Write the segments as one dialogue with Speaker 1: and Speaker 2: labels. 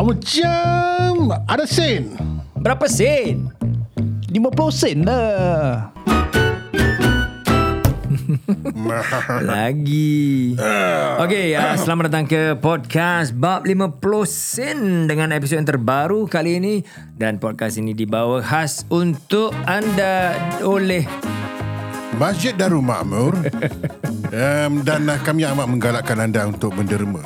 Speaker 1: Macam ada sen.
Speaker 2: Berapa sen?
Speaker 3: 50 sen lah
Speaker 2: Lagi
Speaker 3: Ah.
Speaker 2: Okey, uh, selamat datang ke podcast Bab 50 Sen Dengan episod yang terbaru kali ini Dan podcast ini dibawa khas untuk anda oleh
Speaker 1: Masjid Darul Makmur um, dan uh, kami amat menggalakkan anda untuk menderma.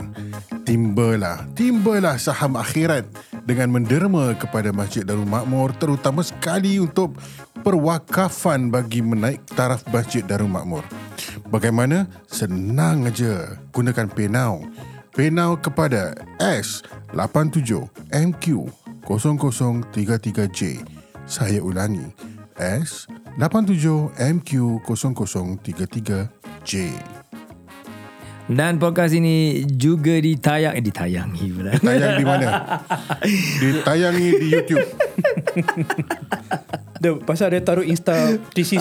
Speaker 1: Timbalah, timbalah saham akhirat dengan menderma kepada Masjid Darul Makmur terutama sekali untuk perwakafan bagi menaik taraf Masjid Darul Makmur. Bagaimana? Senang aja. Gunakan PayNow. PayNow kepada S87MQ0033J. Saya ulangi. S87MQ0033J.
Speaker 2: Dan podcast ini juga ditayang eh, Ditayangi pula
Speaker 1: Tayang di mana? Ditayangi di YouTube.
Speaker 3: Dia, pasal dia taruh Insta 360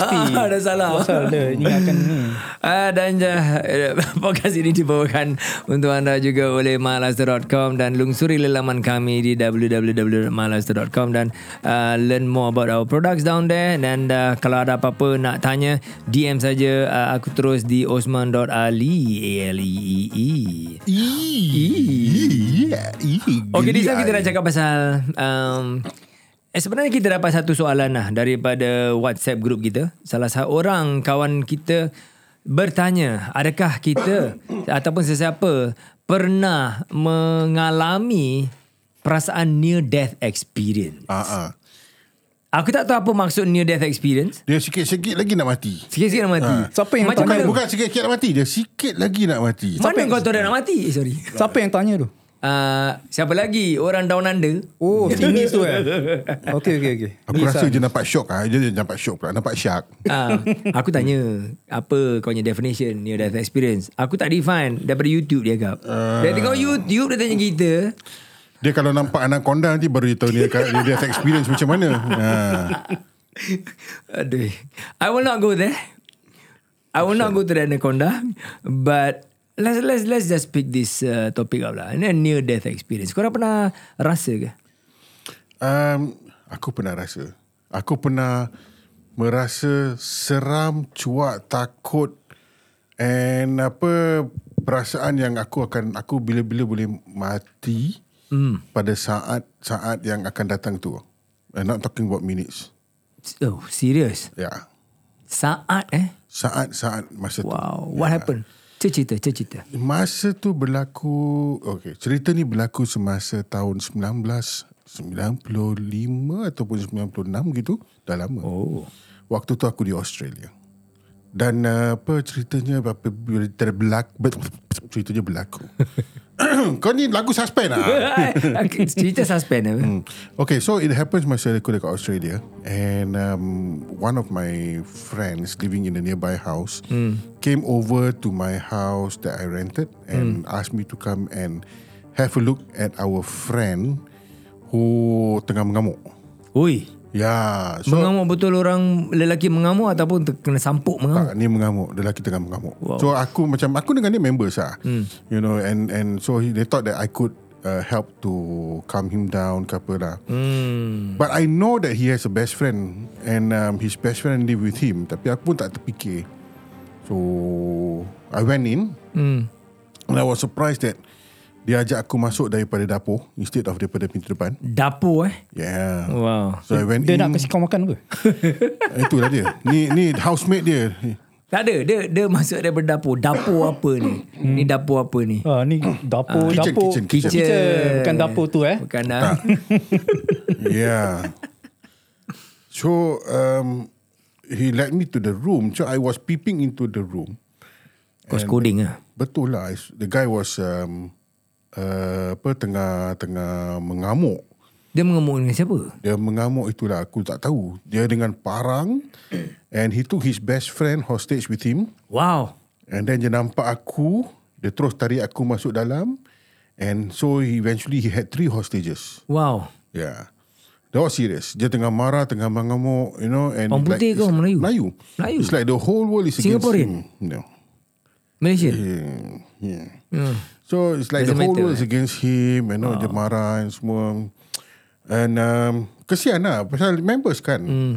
Speaker 2: Ah, dah salah.
Speaker 3: Pasal dia ingatkan ni
Speaker 2: Uh, dan uh, podcast ini dibawakan untuk anda juga oleh malaster.com dan lungsuri laman kami di www.malaster.com dan uh, learn more about our products down there dan uh, kalau ada apa-apa nak tanya DM saja uh, aku terus di osman.ali A L E E E
Speaker 1: Yeah.
Speaker 2: Okey, di sana kita nak cakap pasal um, eh, sebenarnya kita dapat satu soalan lah daripada WhatsApp group kita. Salah seorang kawan kita bertanya, adakah kita ataupun sesiapa pernah mengalami perasaan near death experience?
Speaker 1: Ah, ah.
Speaker 2: Aku tak tahu apa maksud near death experience.
Speaker 1: Dia sikit-sikit lagi nak mati.
Speaker 2: Sikit-sikit nak mati.
Speaker 3: Ha. Siapa yang
Speaker 2: Macam
Speaker 3: tanya?
Speaker 2: mana,
Speaker 1: Bukan sikit-sikit nak mati, dia sikit lagi nak mati.
Speaker 2: mana kau tahu dah nak mati? Eh, Sorry.
Speaker 3: Siapa yang tanya tu?
Speaker 2: Uh, siapa lagi? Orang down under.
Speaker 3: Oh tinggi tu eh Okay okay okay
Speaker 1: Aku rasa dia nampak syok ah. Dia dia nampak syok pula, nampak syak.
Speaker 2: Ah, aku tanya apa kau punya definition near death experience. Aku tak define daripada YouTube dia agak. Uh. Dia tengok YouTube dia tanya kita.
Speaker 1: Dia kalau nampak anaconda nanti baru dia tahu dia dia, dia akan experience macam mana. Ha.
Speaker 2: Aduh. I will not go there. I will not go to the anaconda but let's let's let's just pick this uh, topic up lah. Ini near death experience. Korang pernah rasa ke?
Speaker 1: Um, aku pernah rasa. Aku pernah merasa seram, cuak, takut and apa perasaan yang aku akan aku bila-bila boleh mati mm. pada saat-saat yang akan datang tu. I'm not talking about minutes.
Speaker 2: Oh, serious.
Speaker 1: Ya. Yeah.
Speaker 2: Saat eh.
Speaker 1: Saat-saat masa tu.
Speaker 2: Wow, what happened? Cerita, cerita.
Speaker 1: Masa tu berlaku okay, Cerita ni berlaku semasa tahun 1995 Ataupun 96 gitu Dah lama
Speaker 2: Oh.
Speaker 1: Waktu tu aku di Australia Dan uh, apa ceritanya apa, bila terbelak, ber, Ceritanya berlaku Kau ni lagu suspend lah
Speaker 2: cerita suspend apa?
Speaker 1: Hmm. Okay, so it happens masa aku dekat Australia and um, one of my friends living in a nearby house mm. came over to my house that I rented and asked me to come and have a look at our friend who tengah mengamuk.
Speaker 2: Oi.
Speaker 1: Yeah, so
Speaker 2: Mengamuk betul orang lelaki mengamuk ataupun ter- kena sampuk mengamuk.
Speaker 1: Tak, ni mengamuk. Lelaki tengah mengamuk. Wow. So aku macam aku dengan dia members lah. Mm. You know and and so he, they thought that I could uh, help to calm him down ke apa lah. Mm. But I know that he has a best friend and um, his best friend live with him. Tapi aku pun tak terfikir. So I went in mm. and I was surprised that dia ajak aku masuk daripada dapur instead of daripada pintu depan.
Speaker 2: Dapur eh.
Speaker 1: Yeah.
Speaker 2: Wow.
Speaker 1: So I went
Speaker 3: Dia
Speaker 1: in.
Speaker 3: nak kasi kau makan ke?
Speaker 1: Itulah dia. Ni ni housemate dia.
Speaker 2: Tak ada. Dia, dia masuk daripada dapur. Dapur apa ni?
Speaker 1: Hmm.
Speaker 2: Ni dapur apa
Speaker 1: Oh,
Speaker 2: ni?
Speaker 3: Ha, ni dapur,
Speaker 1: Kitchen,
Speaker 3: dapur.
Speaker 1: kitchen,
Speaker 2: kitchen.
Speaker 3: Bukan dapur tu eh.
Speaker 2: Bukan ah. dah.
Speaker 1: yeah. So um, he led me to the room. So I was peeping into the room.
Speaker 2: Kau skoding lah.
Speaker 1: Betul lah. I- The guy was um, uh, apa tengah tengah mengamuk.
Speaker 2: Dia mengamuk dengan siapa?
Speaker 1: Dia mengamuk itulah aku tak tahu. Dia dengan parang and he took his best friend hostage with him.
Speaker 2: Wow.
Speaker 1: And then dia nampak aku, dia terus tarik aku masuk dalam and so he eventually he had three hostages.
Speaker 2: Wow.
Speaker 1: Yeah. That was serious. Dia tengah marah, tengah mengamuk, you know. And
Speaker 2: Orang
Speaker 1: it's
Speaker 2: putih ke
Speaker 1: it's-
Speaker 2: orang Melayu?
Speaker 1: Melayu.
Speaker 2: Melayu.
Speaker 1: It's like the whole world is
Speaker 2: Singaporean?
Speaker 1: against him. No.
Speaker 2: Malaysia.
Speaker 1: Yeah. yeah. So it's like
Speaker 2: Doesn't
Speaker 1: the whole
Speaker 2: matter, Ah.
Speaker 1: world is against him and all dia marah and semua. And um, kesian lah pasal members kan.
Speaker 2: Hmm.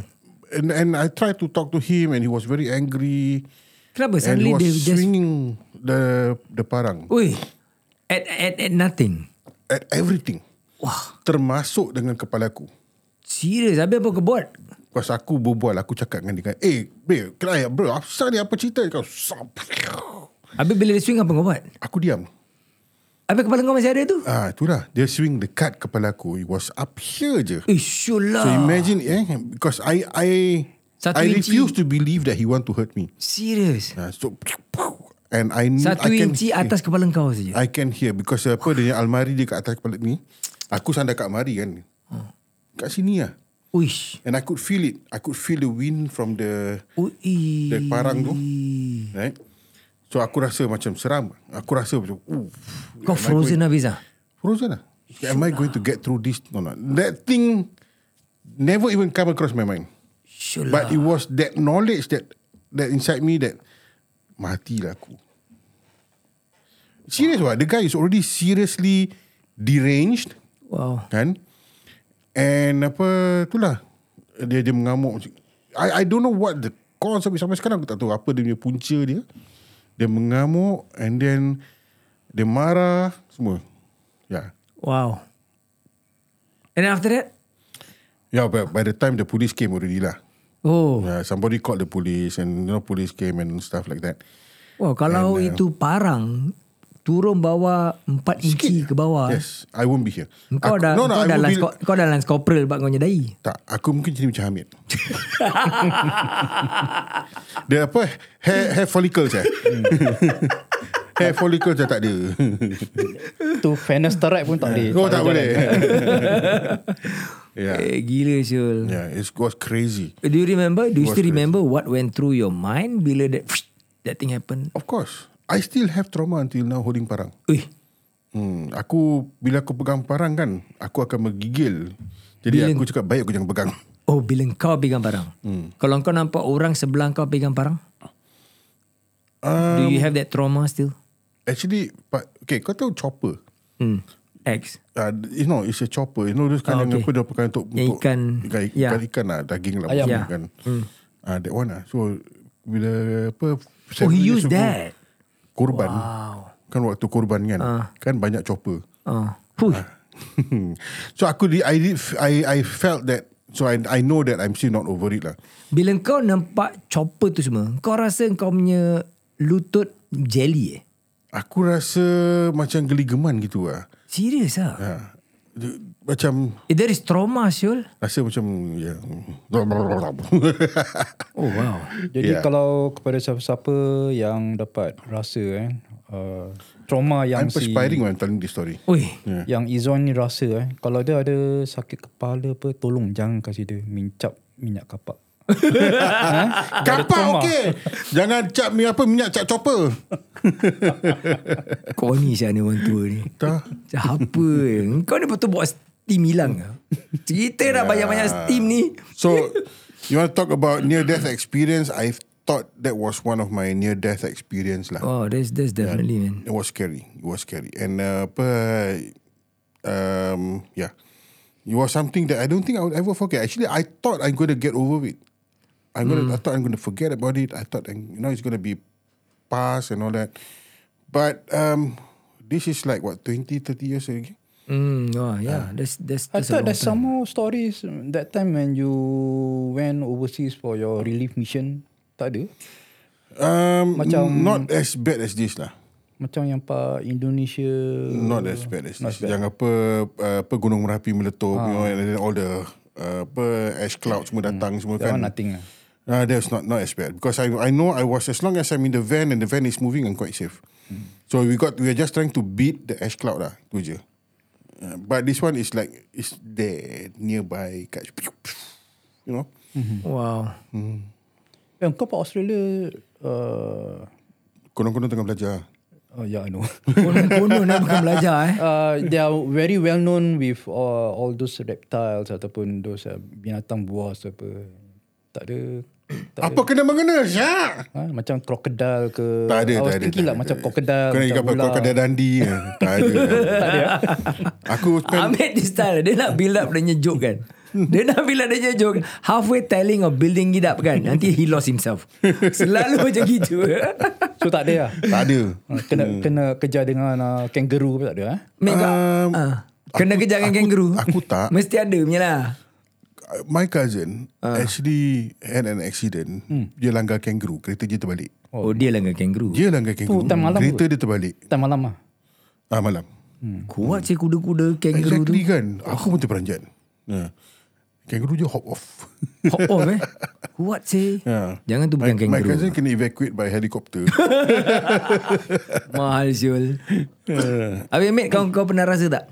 Speaker 1: And and I tried to talk to him and he was very angry
Speaker 2: Kenapa
Speaker 1: and he
Speaker 2: suddenly
Speaker 1: was
Speaker 2: dia just
Speaker 1: swinging the the parang
Speaker 2: Ui At, at, at nothing
Speaker 1: at everything.
Speaker 2: Wah
Speaker 1: Termasuk dengan kepala aku.
Speaker 2: Serius Habis apa kau buat
Speaker 1: Because aku berbual, aku cakap dengan dia, eh, babe, can I, bro, asal ni apa cerita? Kau, sap.
Speaker 2: Habis bila dia swing apa kau buat
Speaker 1: aku diam.
Speaker 2: Habis kepala kau masih ada tu
Speaker 1: Ah, itulah. Dia swing dekat kepala aku. It was up here je.
Speaker 2: Eh syul
Speaker 1: So
Speaker 2: lah
Speaker 1: imagine, eh, because I, I,
Speaker 2: Satu
Speaker 1: I
Speaker 2: inci.
Speaker 1: refuse to believe that he want to hurt me.
Speaker 2: Serius
Speaker 1: Ah, so, and I,
Speaker 2: Satu
Speaker 1: I can,
Speaker 2: inci atas kepala kau saja
Speaker 1: I can hear because apa dia almari dia kat atas kepala ni. Aku sandar kat almari kan.
Speaker 2: Hmm.
Speaker 1: Kat sini lah.
Speaker 2: Uish
Speaker 1: And I could feel it. I could feel the wind from the
Speaker 2: Ui
Speaker 1: Dari parang tu. Right? Eh? So aku rasa macam seram. Aku rasa macam, ooh.
Speaker 2: Kau
Speaker 1: am I
Speaker 2: frozen
Speaker 1: going-
Speaker 2: habis lah
Speaker 1: Frozen lah. Am I going to get through this? No, no. That thing never even come across my mind.
Speaker 2: Syul lah
Speaker 1: But it was that knowledge that that inside me that matilah aku. Serious what? The guy is already seriously deranged,
Speaker 2: Wow
Speaker 1: kan? And apa itulah dia dia mengamuk. I I don't know what the cause of it. sampai sekarang aku tak tahu apa dia punya punca dia. Dia mengamuk and then dia marah semua. Ya. Yeah.
Speaker 2: Wow And then after that
Speaker 1: Yeah, but Ya, by the time the police came already lah.
Speaker 2: Oh
Speaker 1: Yeah, somebody called the police and you know police came and stuff like that.
Speaker 2: Wow kalau
Speaker 1: uh,
Speaker 2: itu parang Turun bawah 4 inci ke bawah
Speaker 1: Yes, I won't be here.
Speaker 2: Kau
Speaker 1: Aku-
Speaker 2: dah
Speaker 1: no, no, I
Speaker 2: kau, dah
Speaker 1: won't
Speaker 2: lance,
Speaker 1: be,
Speaker 2: kau dah lance corporal Sebab kau punya dahi
Speaker 1: tak, aku mungkin jadi macam Hamid. Dia apa? Hair, hair follicles eh? hair follicles dah tak ada.
Speaker 3: Tu fenesterite pun tak boleh.
Speaker 1: oh, tak boleh. yeah.
Speaker 2: Eh gila Syul
Speaker 1: Yeah, ya, it was crazy.
Speaker 2: Do you remember? Do you still remember what went through your mind bila that that thing happened?
Speaker 1: Of course. I still have trauma until now holding parang.
Speaker 2: Ui,
Speaker 1: Hmm, aku bila aku pegang parang kan, aku akan menggigil. Jadi aku cakap baik aku jangan pegang.
Speaker 2: oh bila kau pegang parang. Hmm. Kalau kau nampak orang sebelah kau pegang parang,
Speaker 1: Uh,
Speaker 2: do you have that trauma still?
Speaker 1: actually, pa- okay, kau tahu chopper?
Speaker 2: Hmm. X.
Speaker 1: Uh, you know, it's a chopper. You know, those kind
Speaker 2: Ah,
Speaker 1: of
Speaker 2: okay.
Speaker 1: apa dia pakai untuk,
Speaker 2: Yang
Speaker 1: untuk
Speaker 2: ikan. Ya.
Speaker 1: ikan,
Speaker 2: Yeah.
Speaker 1: ikan, ikan lah, daging lah.
Speaker 3: Ayam.
Speaker 1: maksudnya
Speaker 2: Yeah.
Speaker 1: Kan. Uh, that one lah. So, bila apa...
Speaker 2: Hmm. Oh,
Speaker 1: seven
Speaker 2: he
Speaker 1: years
Speaker 2: used
Speaker 1: ago,
Speaker 2: that.
Speaker 1: Korban. Kan waktu korban kan.
Speaker 2: Ah.
Speaker 1: Kan banyak chopper.
Speaker 2: Oh. Huh.
Speaker 1: so, aku, di- I, did, I, I felt that, so I, I know that I'm still not over it lah.
Speaker 2: Bila kau nampak chopper tu semua, kau rasa kau punya lutut jelly eh?
Speaker 1: Aku rasa macam geligeman gitu lah.
Speaker 2: Serius ah?
Speaker 1: Ha. Dia- Macam
Speaker 2: Eh, there is trauma, Syul.
Speaker 1: Rasa macam ya.
Speaker 2: Oh, wow.
Speaker 3: Jadi
Speaker 1: Yeah.
Speaker 3: yeah. kalau kepada siapa-siapa yang dapat rasa eh, uh, trauma yang
Speaker 1: I'm
Speaker 3: si Ya.
Speaker 1: perspiring when I'm telling this story.
Speaker 2: Ui,
Speaker 3: yang Izwan ni rasa eh, kalau dia ada sakit kepala apa, tolong jangan kasih dia mincap minyak kapak.
Speaker 1: Kapal okey. Jangan cap mi apa minyak cap chopper.
Speaker 2: kau ni siapa ni orang tua ni?
Speaker 1: Dah.
Speaker 2: Macam apa eh? Kau ni betul buat steam hilang ke? Cerita dah banyak-banyak steam ni
Speaker 1: So you want to talk about near death experience? I thought that was one of my near death experience lah.
Speaker 2: Oh that's, that's definitely man
Speaker 1: It was scary. It was scary. And uh, apa um yeah. It was something that I don't think I would ever forget. Actually, I thought I'm going to get over it. I'm gonna. I thought I'm going to forget about it. I thought I'm, you know it's going to be past and all that. But um, this is like what 20, 30 years ago.
Speaker 2: Hmm oh, yeah that's, that's,
Speaker 3: I
Speaker 2: that's a long
Speaker 3: thought there's
Speaker 2: time
Speaker 3: some more stories that time when you went overseas for your relief mission. Tak ada?
Speaker 1: Um,
Speaker 3: Macam-
Speaker 1: not as bad as this lah.
Speaker 3: Macam yang Pak Indonesia.
Speaker 1: Not as bad as this. Yang apa uh, apa Gunung Merapi meletup,
Speaker 3: Ah.
Speaker 1: you know, and then all the uh, apa ash clouds semua datang semua
Speaker 3: Hmm. That
Speaker 1: kan.
Speaker 3: one nothing lah.
Speaker 1: Uh, that's not not as bad because I I know I was as long as I'm in the van and the van is moving, I'm quite safe.
Speaker 3: Hmm.
Speaker 1: So we got we are just trying to beat the ash cloud lah, tu je. Uh, but this one is like it's there nearby, kat- you know.
Speaker 2: Wow
Speaker 3: Eh, kau Pak Australia... Uh,
Speaker 1: Konon-konon tengah belajar.
Speaker 3: oh, yeah, I know.
Speaker 2: Konon-konon nak bukan belajar eh
Speaker 3: Uh, they are very well known with uh, all those reptiles ataupun those uh, binatang buas apa. Tak ada
Speaker 1: Apa kena mengena Syak?
Speaker 3: Ha, macam krokodil ke
Speaker 1: Tak ada,
Speaker 3: I was
Speaker 1: tak ada. tak
Speaker 3: thinking lah
Speaker 1: ada.
Speaker 3: macam krokodil
Speaker 1: Kena
Speaker 3: macam
Speaker 1: ikut
Speaker 3: ular.
Speaker 1: krokodil dandi. kan. tak ada. tak ada. Aku spend
Speaker 2: Ambil this style Dia nak build up Dia punya joke kan Dia nak build up Dia punya joke Halfway telling Or building it up kan Nanti he lost himself Selalu macam gitu
Speaker 3: So tak ada lah
Speaker 1: tak ada.
Speaker 3: Ha, Kena, kena kerja dengan uh, kangaroo pun tak ada eh?
Speaker 2: Make up
Speaker 1: Um,
Speaker 2: Ah. Kena kerja dengan kangaroo
Speaker 1: aku tak.
Speaker 2: Mesti ada punya lah
Speaker 1: My cousin
Speaker 2: Ah.
Speaker 1: actually had an accident.
Speaker 3: Hmm.
Speaker 1: Dia langgar kangaroo. Kereta dia terbalik.
Speaker 2: Oh dia lah dengan kangaroo
Speaker 1: Dia langgar kangaroo.
Speaker 3: Oh, time malam
Speaker 1: kereta dia terbalik.
Speaker 3: Petang malam lah
Speaker 1: Ah malam.
Speaker 2: Kuat si kuda-kuda Kangaroo
Speaker 1: Exactly kan. Aku pun terperanjat. Ha. Kangaroo je hop off.
Speaker 2: tu Hop off eh Kuat si
Speaker 1: Ya.
Speaker 2: Ha. Jangan tu bukan
Speaker 1: my, my
Speaker 2: kangaroo
Speaker 1: cousin kena evacuate by helicopter.
Speaker 2: Mahal Syul
Speaker 1: Ya.
Speaker 2: Habis mate kau, kau pernah rasa tak?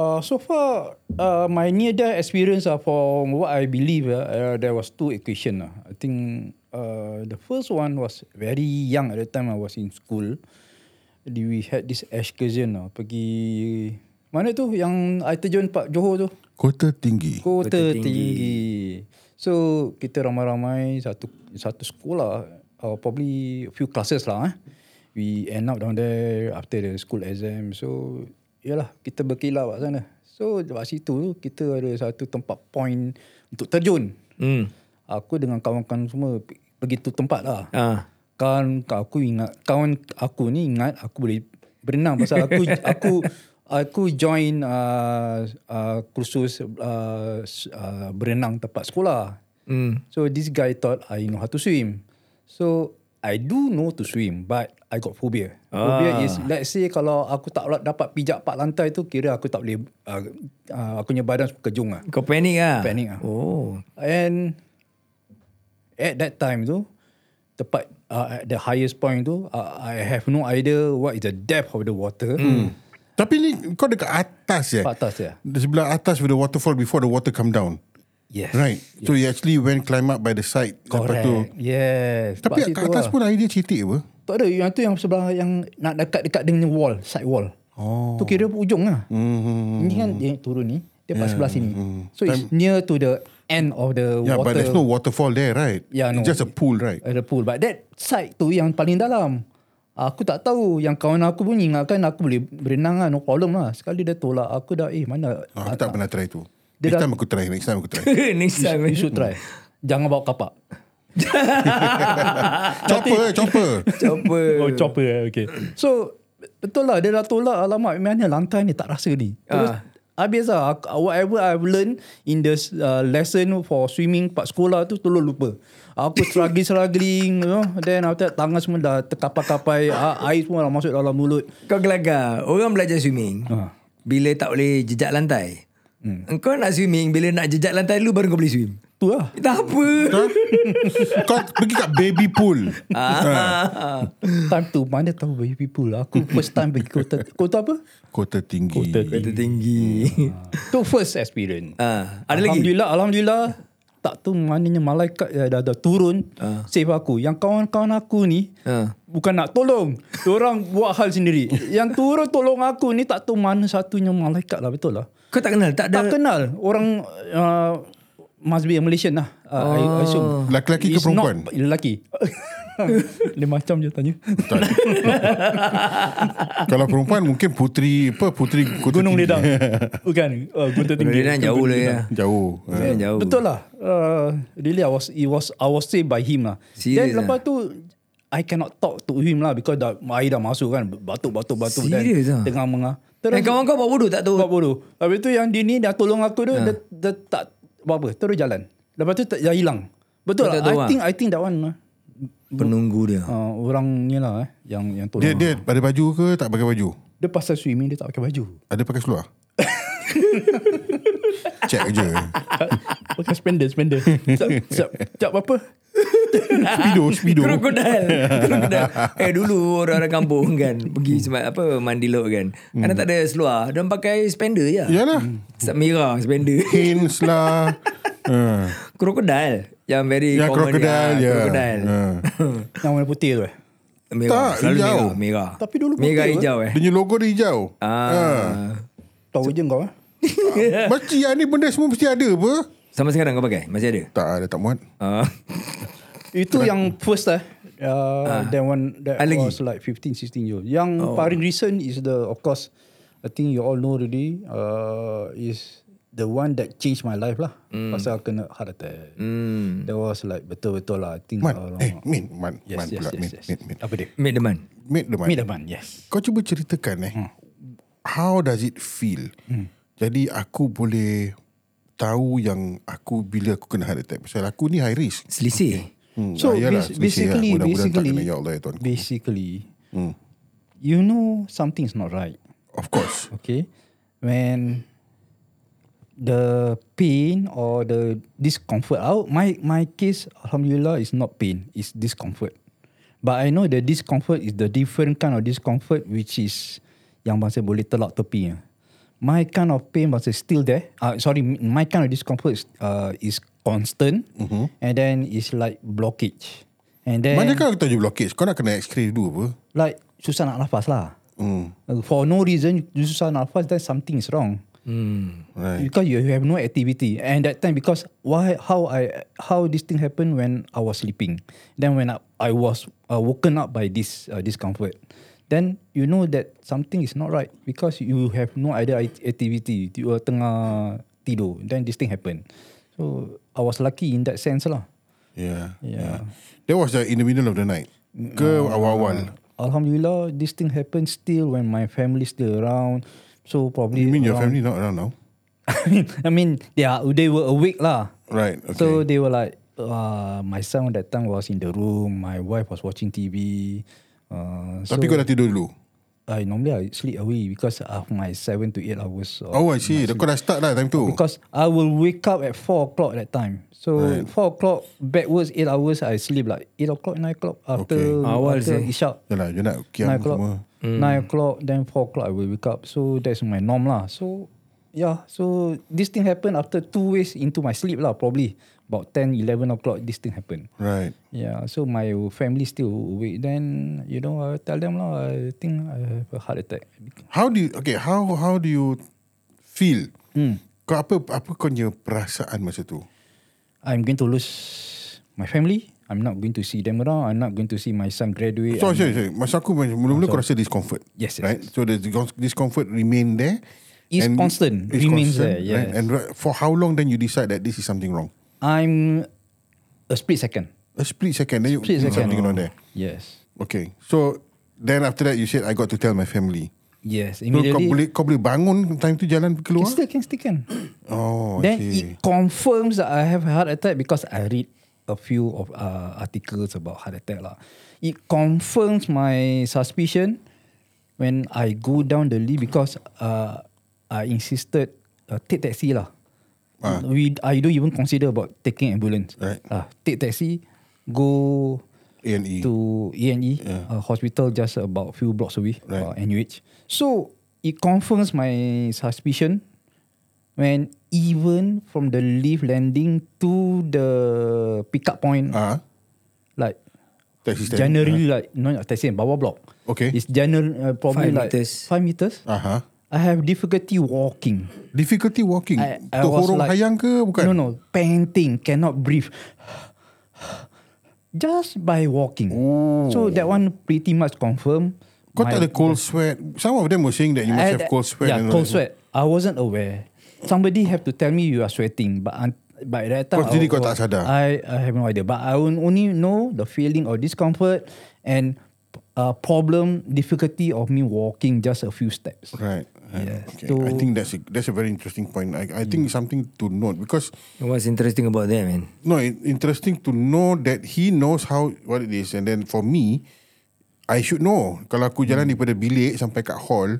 Speaker 3: Uh, so far, uh, my near death experience uh, from what I believe, uh, uh, there was two equation. Uh. I think uh, the first one was very young at the time I was in school. Di- We had this excursion uh, pergi mana tu yang I terjun Pak Johor tu?
Speaker 1: Kota tinggi.
Speaker 3: Kota tinggi. So kita ramai-ramai satu satu sekolah, uh, probably a few classes lah. Eh. We end up down there after the school exam. So yalah kita berkilau kat sana. So dekat situ kita ada satu tempat point untuk terjun.
Speaker 2: Hmm
Speaker 3: Aku dengan kawan-kawan semua pe- pergi tu tempat lah.
Speaker 2: Ah.
Speaker 3: Kawan aku ingat kawan aku ni ingat aku boleh berenang pasal aku aku aku join uh, uh, kursus uh, s- uh, berenang tempat sekolah.
Speaker 2: Hmm
Speaker 3: So this guy thought I know how to swim. So I do know to swim but I got phobia. Phobia is let's say kalau aku tak dapat pijak part lantai tu kira aku tak boleh uh, uh, aku punya badan kejung lah.
Speaker 2: Kau panik ah?
Speaker 3: Panik ah.
Speaker 2: Oh
Speaker 3: And at that time tu, tepat uh, at the highest point tu, uh, I have no idea what is the depth of the water.
Speaker 1: Hmm.
Speaker 3: Mm.
Speaker 1: Tapi ni kau dekat atas ya.
Speaker 3: Atas ya.
Speaker 1: Di sebelah atas with the waterfall before the water come down.
Speaker 3: Yes.
Speaker 1: Right. So you actually went climb up by the side. Lepas
Speaker 3: Correct.
Speaker 1: tu.
Speaker 3: Yes.
Speaker 1: Tapi kat
Speaker 3: Tempat situ
Speaker 1: atas
Speaker 3: lah.
Speaker 1: pun air dia cetek apa?
Speaker 3: Tak ada. Yang tu yang sebelah yang nak dekat-dekat dengan wall, side wall. Oh. Tu kira ujung lah.
Speaker 1: Hmm.
Speaker 3: Mm-hmm. Ini kan dia turun ni, dia yeah. sebelah sini. Mm. So it's near to the end of the
Speaker 1: Yeah, Ya,
Speaker 3: water.
Speaker 1: but there's no waterfall there, right?
Speaker 3: Yeah,
Speaker 1: It's
Speaker 3: no. Uh,
Speaker 1: just a pool, right?
Speaker 3: Ada pool. But that side tu yang paling dalam. Aku tak tahu. Yang kawan aku pun ingatkan aku boleh berenang lah. No problem lah. Sekali dia tolak. Aku dah eh mana.
Speaker 1: Oh, aku tak pernah try tu. Next
Speaker 3: Dia dah-
Speaker 1: time aku try. Next time aku try.
Speaker 2: Next time
Speaker 3: You
Speaker 2: eh.
Speaker 3: should try. Jangan bawa kapak.
Speaker 1: chopper, eh, chopper.
Speaker 2: Chopper
Speaker 3: Oh chopper. Okay. So betul lah. Dia dah tolak. Alamak mana lantai ni tak rasa ni. Terus
Speaker 2: Ah.
Speaker 3: Habis lah aku, Whatever I've learned In the uh, lesson For swimming Part sekolah tu Tolong lupa Aku struggling-struggling you know? Then after that, Tangan semua dah Terkapai-kapai Ah, Air semua dah masuk dalam mulut
Speaker 2: Kau gelagak Orang belajar swimming
Speaker 3: Ah.
Speaker 2: Bila tak boleh jejak lantai
Speaker 3: Hmm.
Speaker 2: Engkau nak swimming Bila nak jejak lantai Lu baru kau boleh swim
Speaker 3: Tu lah
Speaker 2: Tak apa
Speaker 1: Kau pergi kat baby pool. Ha,
Speaker 2: ah.
Speaker 3: Time tu mana tahu baby pool Aku first time pergi kota Kota apa?
Speaker 1: Kota tinggi.
Speaker 2: Kata tinggi
Speaker 3: Tu first experience
Speaker 2: ah. Ada lagi
Speaker 3: Hmm. Alhamdulillah Alhamdulillah Tak tu mananya malaikat dah, dah, dah turun Save aku Yang kawan-kawan aku ni
Speaker 2: Ah.
Speaker 3: Bukan nak tolong Orang buat hal sendiri Yang turun tolong aku ni Tak tahu mana satunya malaikat lah Betul lah
Speaker 2: Kau tak kenal Tak ada
Speaker 3: Tak kenal Orang uh, Must be a Malaysian lah uh, I- I assume
Speaker 2: Oh.
Speaker 1: Laki-laki ke
Speaker 3: It's not-
Speaker 1: perempuan?
Speaker 3: Lelaki Dia macam je tanya
Speaker 1: Tak. Kalau perempuan mungkin puteri apa puteri Kota
Speaker 3: Gunung
Speaker 1: Tinggi. Eh,
Speaker 3: Ledang Bukan uh, Gunung Tinggi
Speaker 2: Dia jauh lah ya
Speaker 1: Jauh. Ha.
Speaker 2: Dia jauh
Speaker 3: Betul lah uh, Really I was it was I was saved by him lah
Speaker 2: Serious
Speaker 3: Then
Speaker 2: lah.
Speaker 3: lepas tu I cannot talk to him lah Because dah, air dah masuk kan Batuk-batuk-batuk
Speaker 2: Serious lah.
Speaker 3: Tengah mengah
Speaker 2: Eh
Speaker 3: Terus
Speaker 2: kawan kau buat bodoh tak Ah. tahu
Speaker 3: buat bodoh Habis tu yang dia ni Dah tolong aku tu dia, dia, tak apa-apa Terus jalan Lepas tu tak, dah hilang Betul
Speaker 2: Kau
Speaker 3: lah
Speaker 2: tak tahu
Speaker 3: I
Speaker 2: lah.
Speaker 3: think I think that one lah.
Speaker 2: Penunggu dia
Speaker 3: uh, Orang ni lah eh, Yang yang tolong
Speaker 1: Dia
Speaker 3: dia,
Speaker 1: dia ada baju ke tak pakai baju?
Speaker 3: dia pasal swimming Dia tak pakai baju
Speaker 1: Ada pakai seluar? Check je.
Speaker 3: Pakai spender spender Sekejap sekejap- sekejap apa
Speaker 1: Speedo, speedo.
Speaker 2: Eh, Krokodil. Krokodil. Eh dulu orang-orang kampung kan pergi
Speaker 3: Hmm.
Speaker 2: sema- apa mandi laut kan. Kadang tak ada seluar, dia orang pakai spender je.
Speaker 1: Yalah.
Speaker 2: Sat merah spender.
Speaker 1: Hints lah. Ha.
Speaker 2: Krokodil yang very
Speaker 1: Ya,
Speaker 2: common.
Speaker 1: krokodil,
Speaker 2: ya,
Speaker 1: ya.
Speaker 2: Krokodil.
Speaker 1: Ha.
Speaker 3: Yang warna putih tu eh
Speaker 2: Merah,
Speaker 1: Tak,
Speaker 2: selalu
Speaker 1: hijau.
Speaker 2: merah, merah.
Speaker 3: Tapi dulu
Speaker 2: merah
Speaker 3: putih,
Speaker 2: hijau eh.
Speaker 1: Dia punya logo dia hijau. Ha.
Speaker 2: Ah.
Speaker 3: Tahu je kau eh
Speaker 1: Ya. Mesti yang ni benda semua mesti ada apa?
Speaker 2: Sama sekarang kau pakai? Masih ada?
Speaker 1: Tak ada tak muat.
Speaker 2: Ah.
Speaker 3: Itu yang first lah. Uh, That one that
Speaker 2: Ah, lagi?
Speaker 3: was like 15, 16 years. Yang paling recent is the, of course, I think you all know already, uh, is the one that changed my life lah. Pasal kena heart attack. That was like betul-betul lah. I think
Speaker 1: Man,
Speaker 3: around-
Speaker 1: eh, Min, Man,
Speaker 3: yes,
Speaker 1: Man
Speaker 3: yes,
Speaker 1: pula,
Speaker 3: yes,
Speaker 1: Min,
Speaker 3: yes.
Speaker 1: Min, Min.
Speaker 3: Apa dia?
Speaker 2: Mid the man.
Speaker 1: Min the Man.
Speaker 3: Mid month, yes.
Speaker 1: Kau cuba ceritakan eh,
Speaker 3: Hmm.
Speaker 1: how does it feel? Jadi aku boleh tahu yang aku bila aku kena heart attack. Pasal aku ni high risk.
Speaker 2: Selisih.
Speaker 1: Hmm, ah,
Speaker 3: So
Speaker 1: yalah,
Speaker 3: bas-
Speaker 1: selisih lah.
Speaker 3: basically,
Speaker 1: Hmm. Mudah-mudahan tak
Speaker 3: basically,
Speaker 1: kena, ya Allah, ya Tuhan.
Speaker 3: basically, you know something's not right.
Speaker 1: Of course.
Speaker 3: Okay, when the pain or the discomfort out, my my case, alhamdulillah, is not pain, it's discomfort. But I know the discomfort is the different kind of discomfort which is yang bangsa boleh telak tepi. ah. My kind of pain bangsa still there. Uh, sorry, my kind of discomfort is, uh, is constant and then it's like blockage. And then
Speaker 1: Mana kau tahu je blockage? Kau nak kena x-ray dulu apa?
Speaker 3: like susah nak nafas lah. Mm. For no reason you susah nak nafas then something is wrong. Mm.
Speaker 1: Right.
Speaker 3: Because you have no activity and that time because why how I how this thing happened when I was sleeping. Then when I, I was uh, woken up by this uh, discomfort. Then you know that something is not right because you have no other act- activity. You are tengah tidur. Then this thing happen. So I was lucky in that sense lah.
Speaker 1: Yeah.
Speaker 3: Yeah.
Speaker 1: That was uh, in the middle of the night. Ke awal-awal?
Speaker 3: Alhamdulillah, this thing happened still when my family still around. So probably
Speaker 1: You mean your
Speaker 3: around-
Speaker 1: family not around now?
Speaker 3: I mean, they are they were awake lah.
Speaker 1: Right, okay.
Speaker 3: So they were like, uh, my son that time was in the room. My wife was watching TV. Uh, so
Speaker 1: Tapi kau dah tidur dulu?
Speaker 3: I normally I sleep away because of my seven to eight hours. of-
Speaker 1: Oh, I see. Kau dah start lah time tu.
Speaker 3: Because I will wake up at four o'clock that time. So four o'clock backwards eight hours I sleep like eight o'clock nine o'clock after
Speaker 1: Okay.
Speaker 2: Awal
Speaker 3: after
Speaker 2: seh.
Speaker 3: Isyak.
Speaker 1: Yalah, you nak kiam
Speaker 3: nine o'clock,
Speaker 1: semua.
Speaker 3: nine o'clock, then four o'clock I will wake up. So that's my norm lah. So yeah, so this thing happened after two ways into my sleep lah, probably about 10, 11 o'clock. This thing happened.
Speaker 1: Right.
Speaker 3: Yeah, so my family still awake. Then you know I tell them lah. I think I have a heart attack.
Speaker 1: How do you, okay, how how do you feel?
Speaker 3: Hmm.
Speaker 1: Kau apa apa kau punya perasaan masa tu?
Speaker 3: I'm going to lose my family. I'm not going to see them around. I'm not going to see my son graduate.
Speaker 1: So,
Speaker 3: Eh, I'm-
Speaker 1: sorry, sorry. Masa aku macam- mula-mula kau rasa discomfort.
Speaker 3: Yes, yes,
Speaker 1: Right? So, the discom- discomfort remain there.
Speaker 3: It's
Speaker 1: and-
Speaker 3: constant. Remains there, yes.
Speaker 1: And ra- for how long then you decide that this is something wrong?
Speaker 3: I'm a split second.
Speaker 1: A split second. Then you do
Speaker 3: Split second.
Speaker 1: something on there.
Speaker 3: Yes.
Speaker 1: Okay. So, then after that you said, I got to tell my family.
Speaker 3: Yes.
Speaker 1: So, kau
Speaker 3: Immediately.
Speaker 1: boleh, kau boleh bangun time tu jalan keluar?
Speaker 3: Can still can still can.
Speaker 1: Oh,
Speaker 3: then
Speaker 1: I see.
Speaker 3: it confirms that I have a heart attack because I read a few of uh, articles about heart attack lah. It confirms my suspicion when I go down the lift because uh, I insisted uh, take taxi lah. We I don't even consider about taking ambulance.
Speaker 1: Ah. Right.
Speaker 3: Ah, take taxi, go
Speaker 1: A&E.
Speaker 3: to E and E hospital just about few blocks away,
Speaker 1: Right.
Speaker 3: uh, NUH. So it confirms my suspicion when even from the lift landing to the pickup point,
Speaker 1: Ah,
Speaker 3: like
Speaker 1: Taxi stand. uh-huh.
Speaker 3: generally like no not taxi bawah block.
Speaker 1: Okay. Ah.
Speaker 3: it's general uh, probably
Speaker 2: Five
Speaker 3: like
Speaker 2: meters.
Speaker 3: five meters.
Speaker 1: Aha.
Speaker 3: I have difficulty walking.
Speaker 1: Difficulty walking.
Speaker 3: I, I was
Speaker 1: Terhorong
Speaker 3: like,
Speaker 1: hayang ke bukan?
Speaker 3: No no, panting, cannot breathe. Just by walking. So that one pretty much confirm.
Speaker 1: Oh. Kau
Speaker 3: my-
Speaker 1: tak ada cold sweat. Some of them were saying that you must
Speaker 3: I
Speaker 1: have
Speaker 3: had-
Speaker 1: cold sweat.
Speaker 3: Yeah,
Speaker 1: and all
Speaker 3: cold
Speaker 1: that.
Speaker 3: sweat. I wasn't aware. Somebody have to tell me you are sweating, but un- by that
Speaker 1: Kau
Speaker 3: time,
Speaker 1: sendiri
Speaker 3: I-
Speaker 1: kau tak sadar?
Speaker 3: I I have no idea, but I on- only know the feeling of discomfort and uh, problem difficulty of me walking just a few steps.
Speaker 1: Right. Um,
Speaker 3: Yes.
Speaker 1: Okay.
Speaker 3: So- Hmm.
Speaker 1: I think that's a, that's a very interesting point. I, I think it's something to note because
Speaker 2: What's interesting about that man?
Speaker 1: no, it, interesting to know that he knows how what it is, and then for me, I should know. Kalau aku jalan
Speaker 2: Hmm.
Speaker 1: daripada bilik sampai kat hall,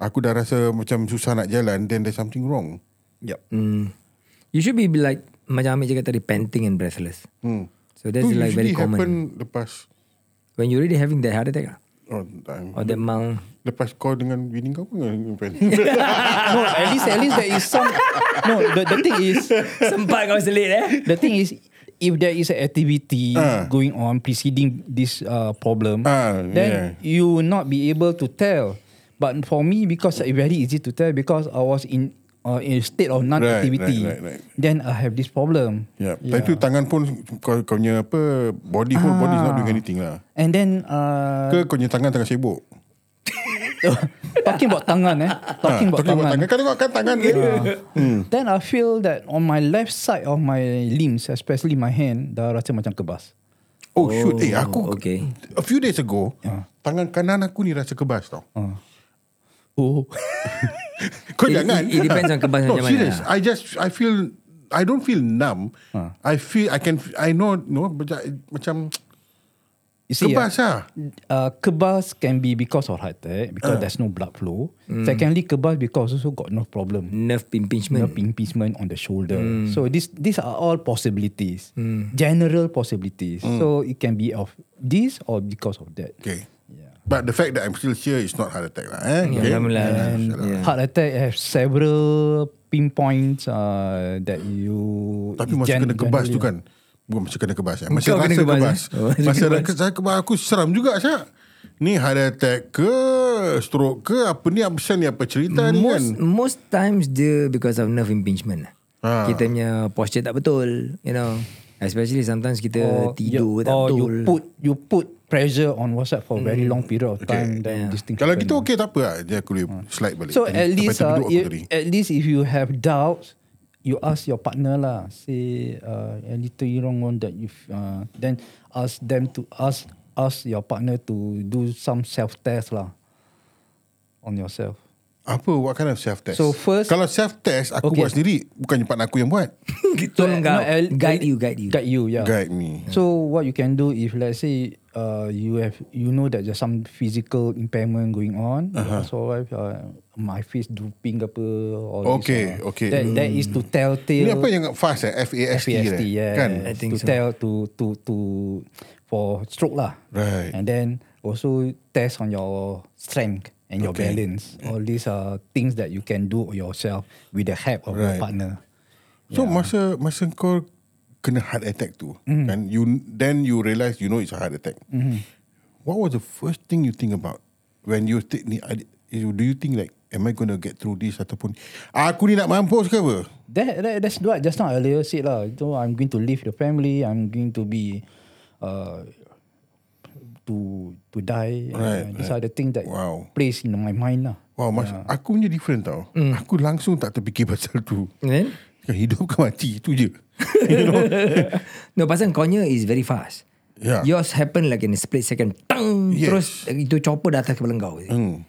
Speaker 1: aku dah rasa macam susah nak jalan. Then there's something wrong.
Speaker 3: Yep.
Speaker 2: Hmm. You should be like macam Amir cakap tadi panting and breathless.
Speaker 1: Hmm.
Speaker 2: So that's
Speaker 1: Tu
Speaker 2: like very
Speaker 1: usually happen
Speaker 2: common.
Speaker 1: lepas
Speaker 2: When you already having that heart attack ah,
Speaker 1: oh, time.
Speaker 2: or that mount.
Speaker 1: lepas kau dengan bini kau pun dengan
Speaker 3: no, at least at least there is some. No, the, the thing is,
Speaker 2: Sempat kau selit eh.
Speaker 3: the thing is, if there is an activity
Speaker 1: Ah.
Speaker 3: going on preceding this uh, problem,
Speaker 1: Ah,
Speaker 3: then
Speaker 1: yeah.
Speaker 3: you will not be able to tell. But for me, because it's very easy to tell because I was in uh, in a state of non-activity,
Speaker 1: Right, right, right, right.
Speaker 3: then I have this problem.
Speaker 1: Yeah. Tapi Ya,
Speaker 2: Ya.
Speaker 1: tu tangan pun kau, kau punya apa body pun body is not
Speaker 2: Ah.
Speaker 1: doing anything lah.
Speaker 3: And then uh,
Speaker 1: Ke kau punya tangan tengah sibuk.
Speaker 3: talking about tangan eh, talking
Speaker 1: Ah,
Speaker 3: about
Speaker 1: talking
Speaker 3: tangan.
Speaker 1: tangan. Hmm. Kau tengok kan tangan
Speaker 2: Ya.
Speaker 1: dia.
Speaker 3: Then I feel that on my left side of my limbs, especially my hand, dah rasa macam kebas.
Speaker 1: Oh, shoot. Eh aku
Speaker 2: okay.
Speaker 1: a few days ago tangan kanan aku ni rasa kebas tau.
Speaker 3: Oh,
Speaker 1: Kau
Speaker 2: It-
Speaker 1: jangan.
Speaker 2: it- it depends on kebas
Speaker 1: no,
Speaker 2: macam mana
Speaker 1: serious. I just I feel I don't feel numb.
Speaker 2: Ah.
Speaker 1: I feel I can I know no macam macam
Speaker 3: you see,
Speaker 1: kebas ah.
Speaker 3: Uh, kebas can be because of heart attack because there's no blood flow.
Speaker 1: Mm.
Speaker 3: Secondly, kebas because also got nerve problem,
Speaker 2: Nerve impingement.
Speaker 1: Mm.
Speaker 3: nerve impingement on the shoulder. So this these are all possibilities,
Speaker 1: Mm.
Speaker 3: general possibilities. So it can be of this or because of that.
Speaker 1: Okay.
Speaker 3: Yeah.
Speaker 1: But the fact that I'm still here is not heart attack lah. Eh? Okay.
Speaker 2: Ya, Alhamdulillah.
Speaker 3: And
Speaker 2: Yeah.
Speaker 3: heart attack have several pinpoints uh, that you.
Speaker 1: Tapi
Speaker 3: it
Speaker 1: masa
Speaker 3: gen-
Speaker 1: kena kebas tu
Speaker 3: generally-
Speaker 1: kan Bukan masa kena kebas eh. Masa
Speaker 2: Kau
Speaker 1: rasa
Speaker 2: kena
Speaker 1: kena
Speaker 2: kebas,
Speaker 1: kebas,
Speaker 2: eh? Oh, rasa
Speaker 1: Masa
Speaker 2: kebas.
Speaker 1: rasa saya kebas Aku seram juga Syak Ni heart attack ke Stroke ke Apa ni apa sen ni Apa cerita ni kan
Speaker 2: most most times dia because of nerve impingement.
Speaker 1: Ah.
Speaker 2: Kita punya posture tak betul, you know. Especially sometimes kita
Speaker 3: Or
Speaker 2: tidur
Speaker 3: Oh, you,
Speaker 2: tak
Speaker 3: or
Speaker 2: betul. Mm.
Speaker 3: you put you put pressure on WhatsApp for a very long period of time. Then this thing.
Speaker 1: Kalau
Speaker 3: happen.
Speaker 1: gitu okey tak apa lah Dia aku boleh slide balik
Speaker 3: So
Speaker 1: Tadi-
Speaker 3: at
Speaker 1: sampai
Speaker 3: least
Speaker 1: terduduk
Speaker 3: uh,
Speaker 1: aku
Speaker 3: you,
Speaker 1: tadi.
Speaker 3: at least if you have doubts, you ask your partner lah. Say uh, anything wrong one that you uh, then ask them to ask ask your partner to do some self test lah on yourself.
Speaker 1: Apa what kind of self test
Speaker 3: So first-
Speaker 1: Kalau self test Aku
Speaker 3: Okay.
Speaker 1: buat sendiri Bukan partner aku yang buat
Speaker 2: Tolong kau.
Speaker 3: eh, no, at-
Speaker 2: guide you, guide you.
Speaker 3: Guide you, yeah.
Speaker 1: Guide me
Speaker 3: So what you can do if let's say uh, you have you know that there's some physical impairment going on, uh-huh. so if, uh, my face drooping apa or
Speaker 1: Okay,
Speaker 3: this, uh,
Speaker 1: okay.
Speaker 3: That, that is to telltale.
Speaker 1: Ni apa yang fast eh FAST,
Speaker 3: FAST,
Speaker 1: eh?
Speaker 3: yeah.
Speaker 1: Kan
Speaker 2: I think
Speaker 3: to
Speaker 2: so.
Speaker 3: tell to to to for stroke lah.
Speaker 1: Right.
Speaker 3: And then also test on your strength and your
Speaker 1: Okay.
Speaker 3: balance. All these are things that you can do yourself with the help of your
Speaker 1: Right.
Speaker 3: partner.
Speaker 1: So yeah. masa masa kau kena heart attack tu, mm.
Speaker 3: Hmm.
Speaker 1: and you then you realise you know it's a heart attack. Mm-hmm. What was the first thing you think about when you take ni? ad- you- Do you think like am I going to get through this ataupun aku ni nak mampus ke apa?
Speaker 3: That, that that's what just now earlier said lah. So I'm going to leave the family. I'm going to be, uh, to to die.
Speaker 1: Right,
Speaker 3: Uh, these
Speaker 1: right.
Speaker 3: are the things that
Speaker 1: Wow.
Speaker 3: plays in my mind lah.
Speaker 1: Wow, mas, yeah. aku punya different tau. Mm. Aku langsung tak terfikir pasal tu.
Speaker 2: And then?
Speaker 1: Kan Hidup ke mati itu je.
Speaker 2: No, pasal kaunya is very fast.
Speaker 1: Yeah.
Speaker 2: Yours happen like in a split second. Tang!
Speaker 1: Ya. Yes.
Speaker 2: Terus itu chopper datang kepala kau. Mm.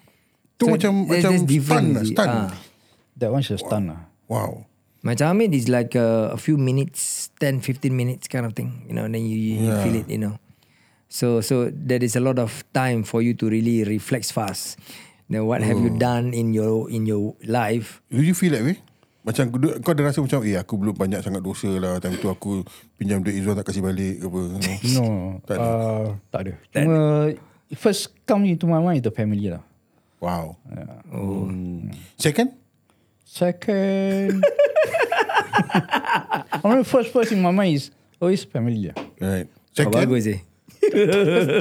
Speaker 1: Tu
Speaker 2: So,
Speaker 1: macam
Speaker 2: there's-
Speaker 1: macam stun,
Speaker 2: there's difference,
Speaker 1: lah,
Speaker 2: is it?
Speaker 1: stun.
Speaker 2: Ah.
Speaker 3: That one should stun lah.
Speaker 1: Wow.
Speaker 2: Macam Amit is like a, a few minutes, 10, 15 minutes kind of thing. You know, then you, you
Speaker 1: Yeah.
Speaker 2: feel it, you know. So so there is a lot of time for you to really reflect fast. Then what have you done in your in your life?
Speaker 1: Do you feel that way? Macam kau du- kau ada rasa macam Eh aku belum banyak sangat dosa lah Time tu aku Pinjam duit Izzuan tak kasih balik ke apa
Speaker 3: No,
Speaker 1: Tak
Speaker 3: tak
Speaker 1: ada.
Speaker 3: ada. Uh, tak ada. Cuma first come into my mind is the family lah.
Speaker 1: Wow oh.
Speaker 2: Hmm.
Speaker 1: Second
Speaker 3: Second, I mean first first in my mind is always family lah.
Speaker 1: Right
Speaker 2: Oh,
Speaker 1: Second
Speaker 2: bagus eh.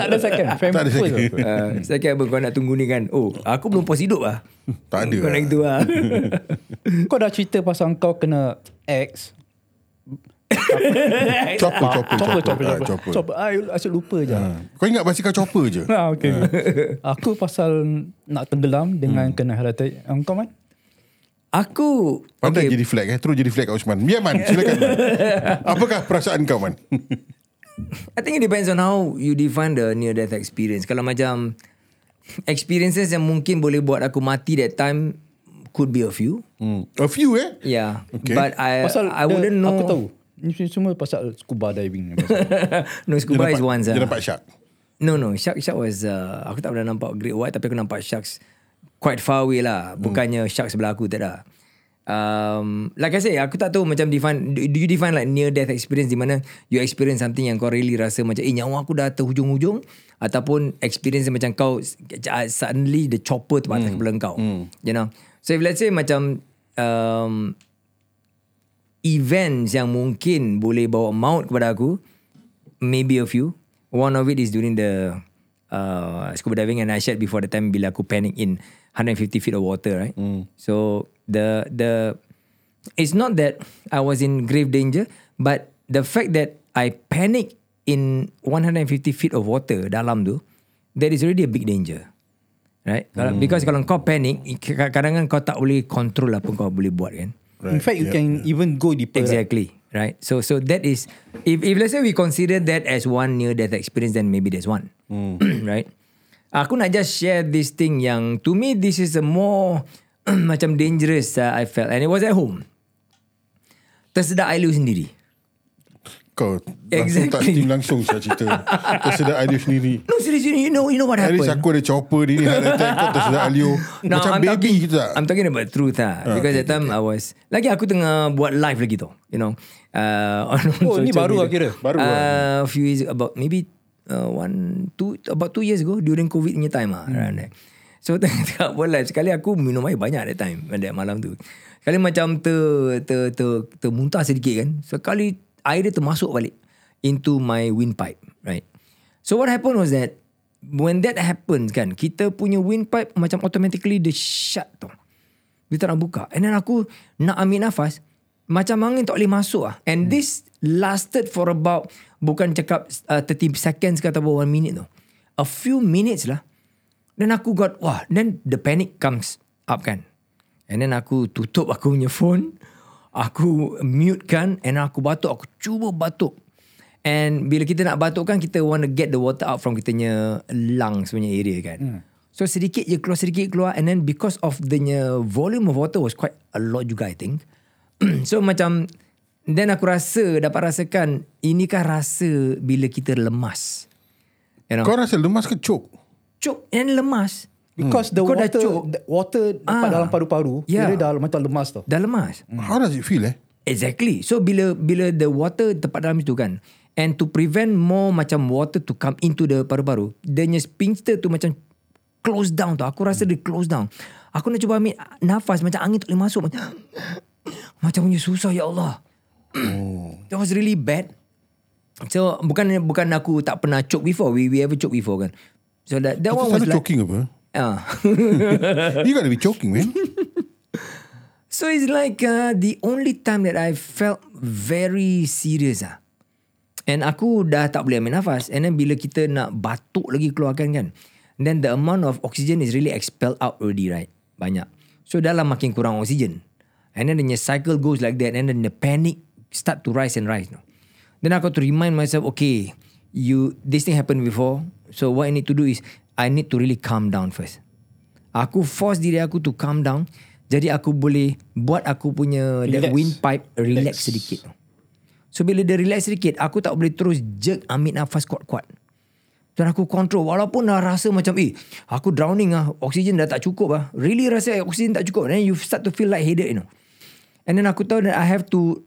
Speaker 3: tak ada second. Family
Speaker 1: Tak ada
Speaker 3: first
Speaker 1: second.
Speaker 3: lah.
Speaker 2: Uh, saya kira apa kau nak tunggu ni kan Oh aku belum pos hidup lah
Speaker 1: Tak ada
Speaker 2: Kau
Speaker 1: lah.
Speaker 2: nak gitu lah
Speaker 3: Kau dah cerita pasal kau kena ex. Ah,
Speaker 1: Chopper Chopper Ah,
Speaker 3: Chopper, chopper, chopper. Chopper. chopper. Ah, I asyik lupa je.
Speaker 1: Kau ingat basikal chopper je
Speaker 3: Ah, okay.
Speaker 1: Ah.
Speaker 3: Aku pasal nak tenggelam
Speaker 1: Hmm.
Speaker 3: dengan kena heart attack. Ah, Kau man?
Speaker 2: Aku
Speaker 1: Pandai jadi flag eh Terus jadi flag kat Usman Ya Man silakan Man. Apakah perasaan kau Man
Speaker 2: I think it depends on how you define the near death experience. Kalau macam experiences yang mungkin boleh buat aku mati that time could be a few.
Speaker 1: Hmm. A few eh
Speaker 2: Yeah.
Speaker 1: Okay.
Speaker 2: But I
Speaker 3: Pasal
Speaker 2: Eh, I
Speaker 3: the-
Speaker 2: wouldn't know.
Speaker 3: Aku tahu. Ini semua pasal scuba diving.
Speaker 2: no
Speaker 1: Dia
Speaker 2: scuba
Speaker 1: nampak,
Speaker 2: is once.
Speaker 1: dia
Speaker 2: ah.
Speaker 1: nampak shark
Speaker 2: No no, shark shark was uh, aku tak pernah nampak great white tapi aku nampak sharks quite far away lah. Bukannya shark sebelah aku tak ada. Um, like I say, aku tak tahu macam define, do do you define like near death experience di mana you experience something yang kau really rasa macam eh nyawa aku dah terhujung-hujung ataupun experience yang macam kau uh, suddenly the chopper tu patah kepala kau. You know? So if let's say macam um, events yang mungkin boleh bawa maut kepada aku maybe a few one of it is during the uh, scuba diving and I shared before the time bila aku panic in 150 feet of water right so the the it's not that I was in grave danger, but the fact that I panicked in 150 feet of water dalam tu, that is already a big danger. Right? Kalau Because kalau kau panic, kadang-kadang kau tak boleh control apa kau boleh buat kan.
Speaker 3: In fact, you can even go deeper. right?
Speaker 2: Exactly. Right. So so that is if if let's say we consider that as one near death experience, then maybe there's one.
Speaker 1: Hmm.
Speaker 2: right. Aku nak just share this thing yang to me this is a more macam dangerous uh, I felt and it was at home. Tersedak air liu sendiri.
Speaker 1: Kau langsung tak
Speaker 2: Exactly.
Speaker 1: team langsung saya cerita. tersedak Alio sendiri.
Speaker 2: No seriously, you know you know what
Speaker 1: At
Speaker 2: happened.
Speaker 1: least aku ada chopper dia ni. heart attack, Kau tersedak Alio. Macam baby
Speaker 2: talking,
Speaker 1: gitu tak?
Speaker 2: I'm talking about truth
Speaker 1: Ah,
Speaker 2: lah. Uh, because that time I was lagi aku tengah buat live lagi tau. You know. Uh, on
Speaker 3: Oh,
Speaker 2: on social
Speaker 3: ni baru
Speaker 2: media.
Speaker 3: lah kira?
Speaker 1: Baru
Speaker 2: uh,
Speaker 1: lah.
Speaker 2: A few years about maybe uh, one two about two years ago during COVID punya time lah. around
Speaker 3: Hmm.
Speaker 2: there. So tengah tengah buat live lah. sekali aku minum air banyak that time that malam tu. Sekali macam ter ter ter termuntah sedikit kan. Sekali air dia termasuk balik into my windpipe, right? So what happened was that when that happens kan, kita punya windpipe macam automatically dia shut tau. Dia tak nak buka. And then aku nak ambil nafas. Macam angin tak boleh masuk lah. And hmm. this lasted for about, bukan cakap uh, 30 seconds ke atau 1 minute tu. A few minutes lah. Then aku got, wah. Then the panic comes up kan. And then aku tutup aku punya phone. Aku mute kan. And aku batuk. Aku cuba batuk. And bila kita nak batuk kan, kita want to get the water out from kita punya lungs punya area kan. Hmm. So sedikit je keluar, sedikit keluar. And then because of the volume of water was quite a lot juga I think. so macam, then aku rasa, dapat rasakan, ini kan rasa bila kita lemas. You know?
Speaker 1: Kau rasa lemas ke cok?
Speaker 2: Cuk, and lemas.
Speaker 3: Because the
Speaker 2: Kau Hmm. dah
Speaker 3: water,
Speaker 2: cuk.
Speaker 3: the water dapat
Speaker 2: Ah.
Speaker 3: dalam paru-paru,
Speaker 2: Yeah.
Speaker 3: kira dah macam lemas tau.
Speaker 2: Dah lemas.
Speaker 1: How does it feel eh?
Speaker 2: Exactly. So bila bila the water tempat dalam situ kan and to prevent more macam water to come into the paru-paru, dia punya sphincter tu macam close down tu. Aku rasa dia close down. Aku nak cuba ambil nafas macam angin tak boleh masuk. Macam, macam punya susah ya Allah. That was really bad. So bukan bukan aku tak pernah choke before. We we ever choke before kan. So that that
Speaker 1: Kau
Speaker 2: one was
Speaker 1: selalu
Speaker 2: like
Speaker 1: choking apa?
Speaker 2: ah.
Speaker 1: You gotta be choking man.
Speaker 2: So it's like uh, the only time that I felt very serious ah. And aku dah tak boleh ambil nafas. And then bila kita nak batuk lagi keluarkan kan. Then the amount of oxygen is really expelled out already right. Banyak. So dah lah makin kurang oxygen. And then the cycle goes like that. And then the panic start to rise and rise. No? Then aku to remind myself, okay, you this thing happened before. So what I need to do is I need to really calm down first. Aku force diri aku to calm down. Jadi aku boleh buat aku punya relax. that
Speaker 3: Relax.
Speaker 2: windpipe relax, relax. sedikit. No? So bila dia relax sedikit, aku tak boleh terus jerk ambil nafas kuat-kuat. Dan aku control walaupun dah rasa macam eh aku drowning ah, oksigen dah tak cukup ah. Really rasa oksigen tak cukup. Then you start to feel lightheaded you know. And then aku tahu that I have to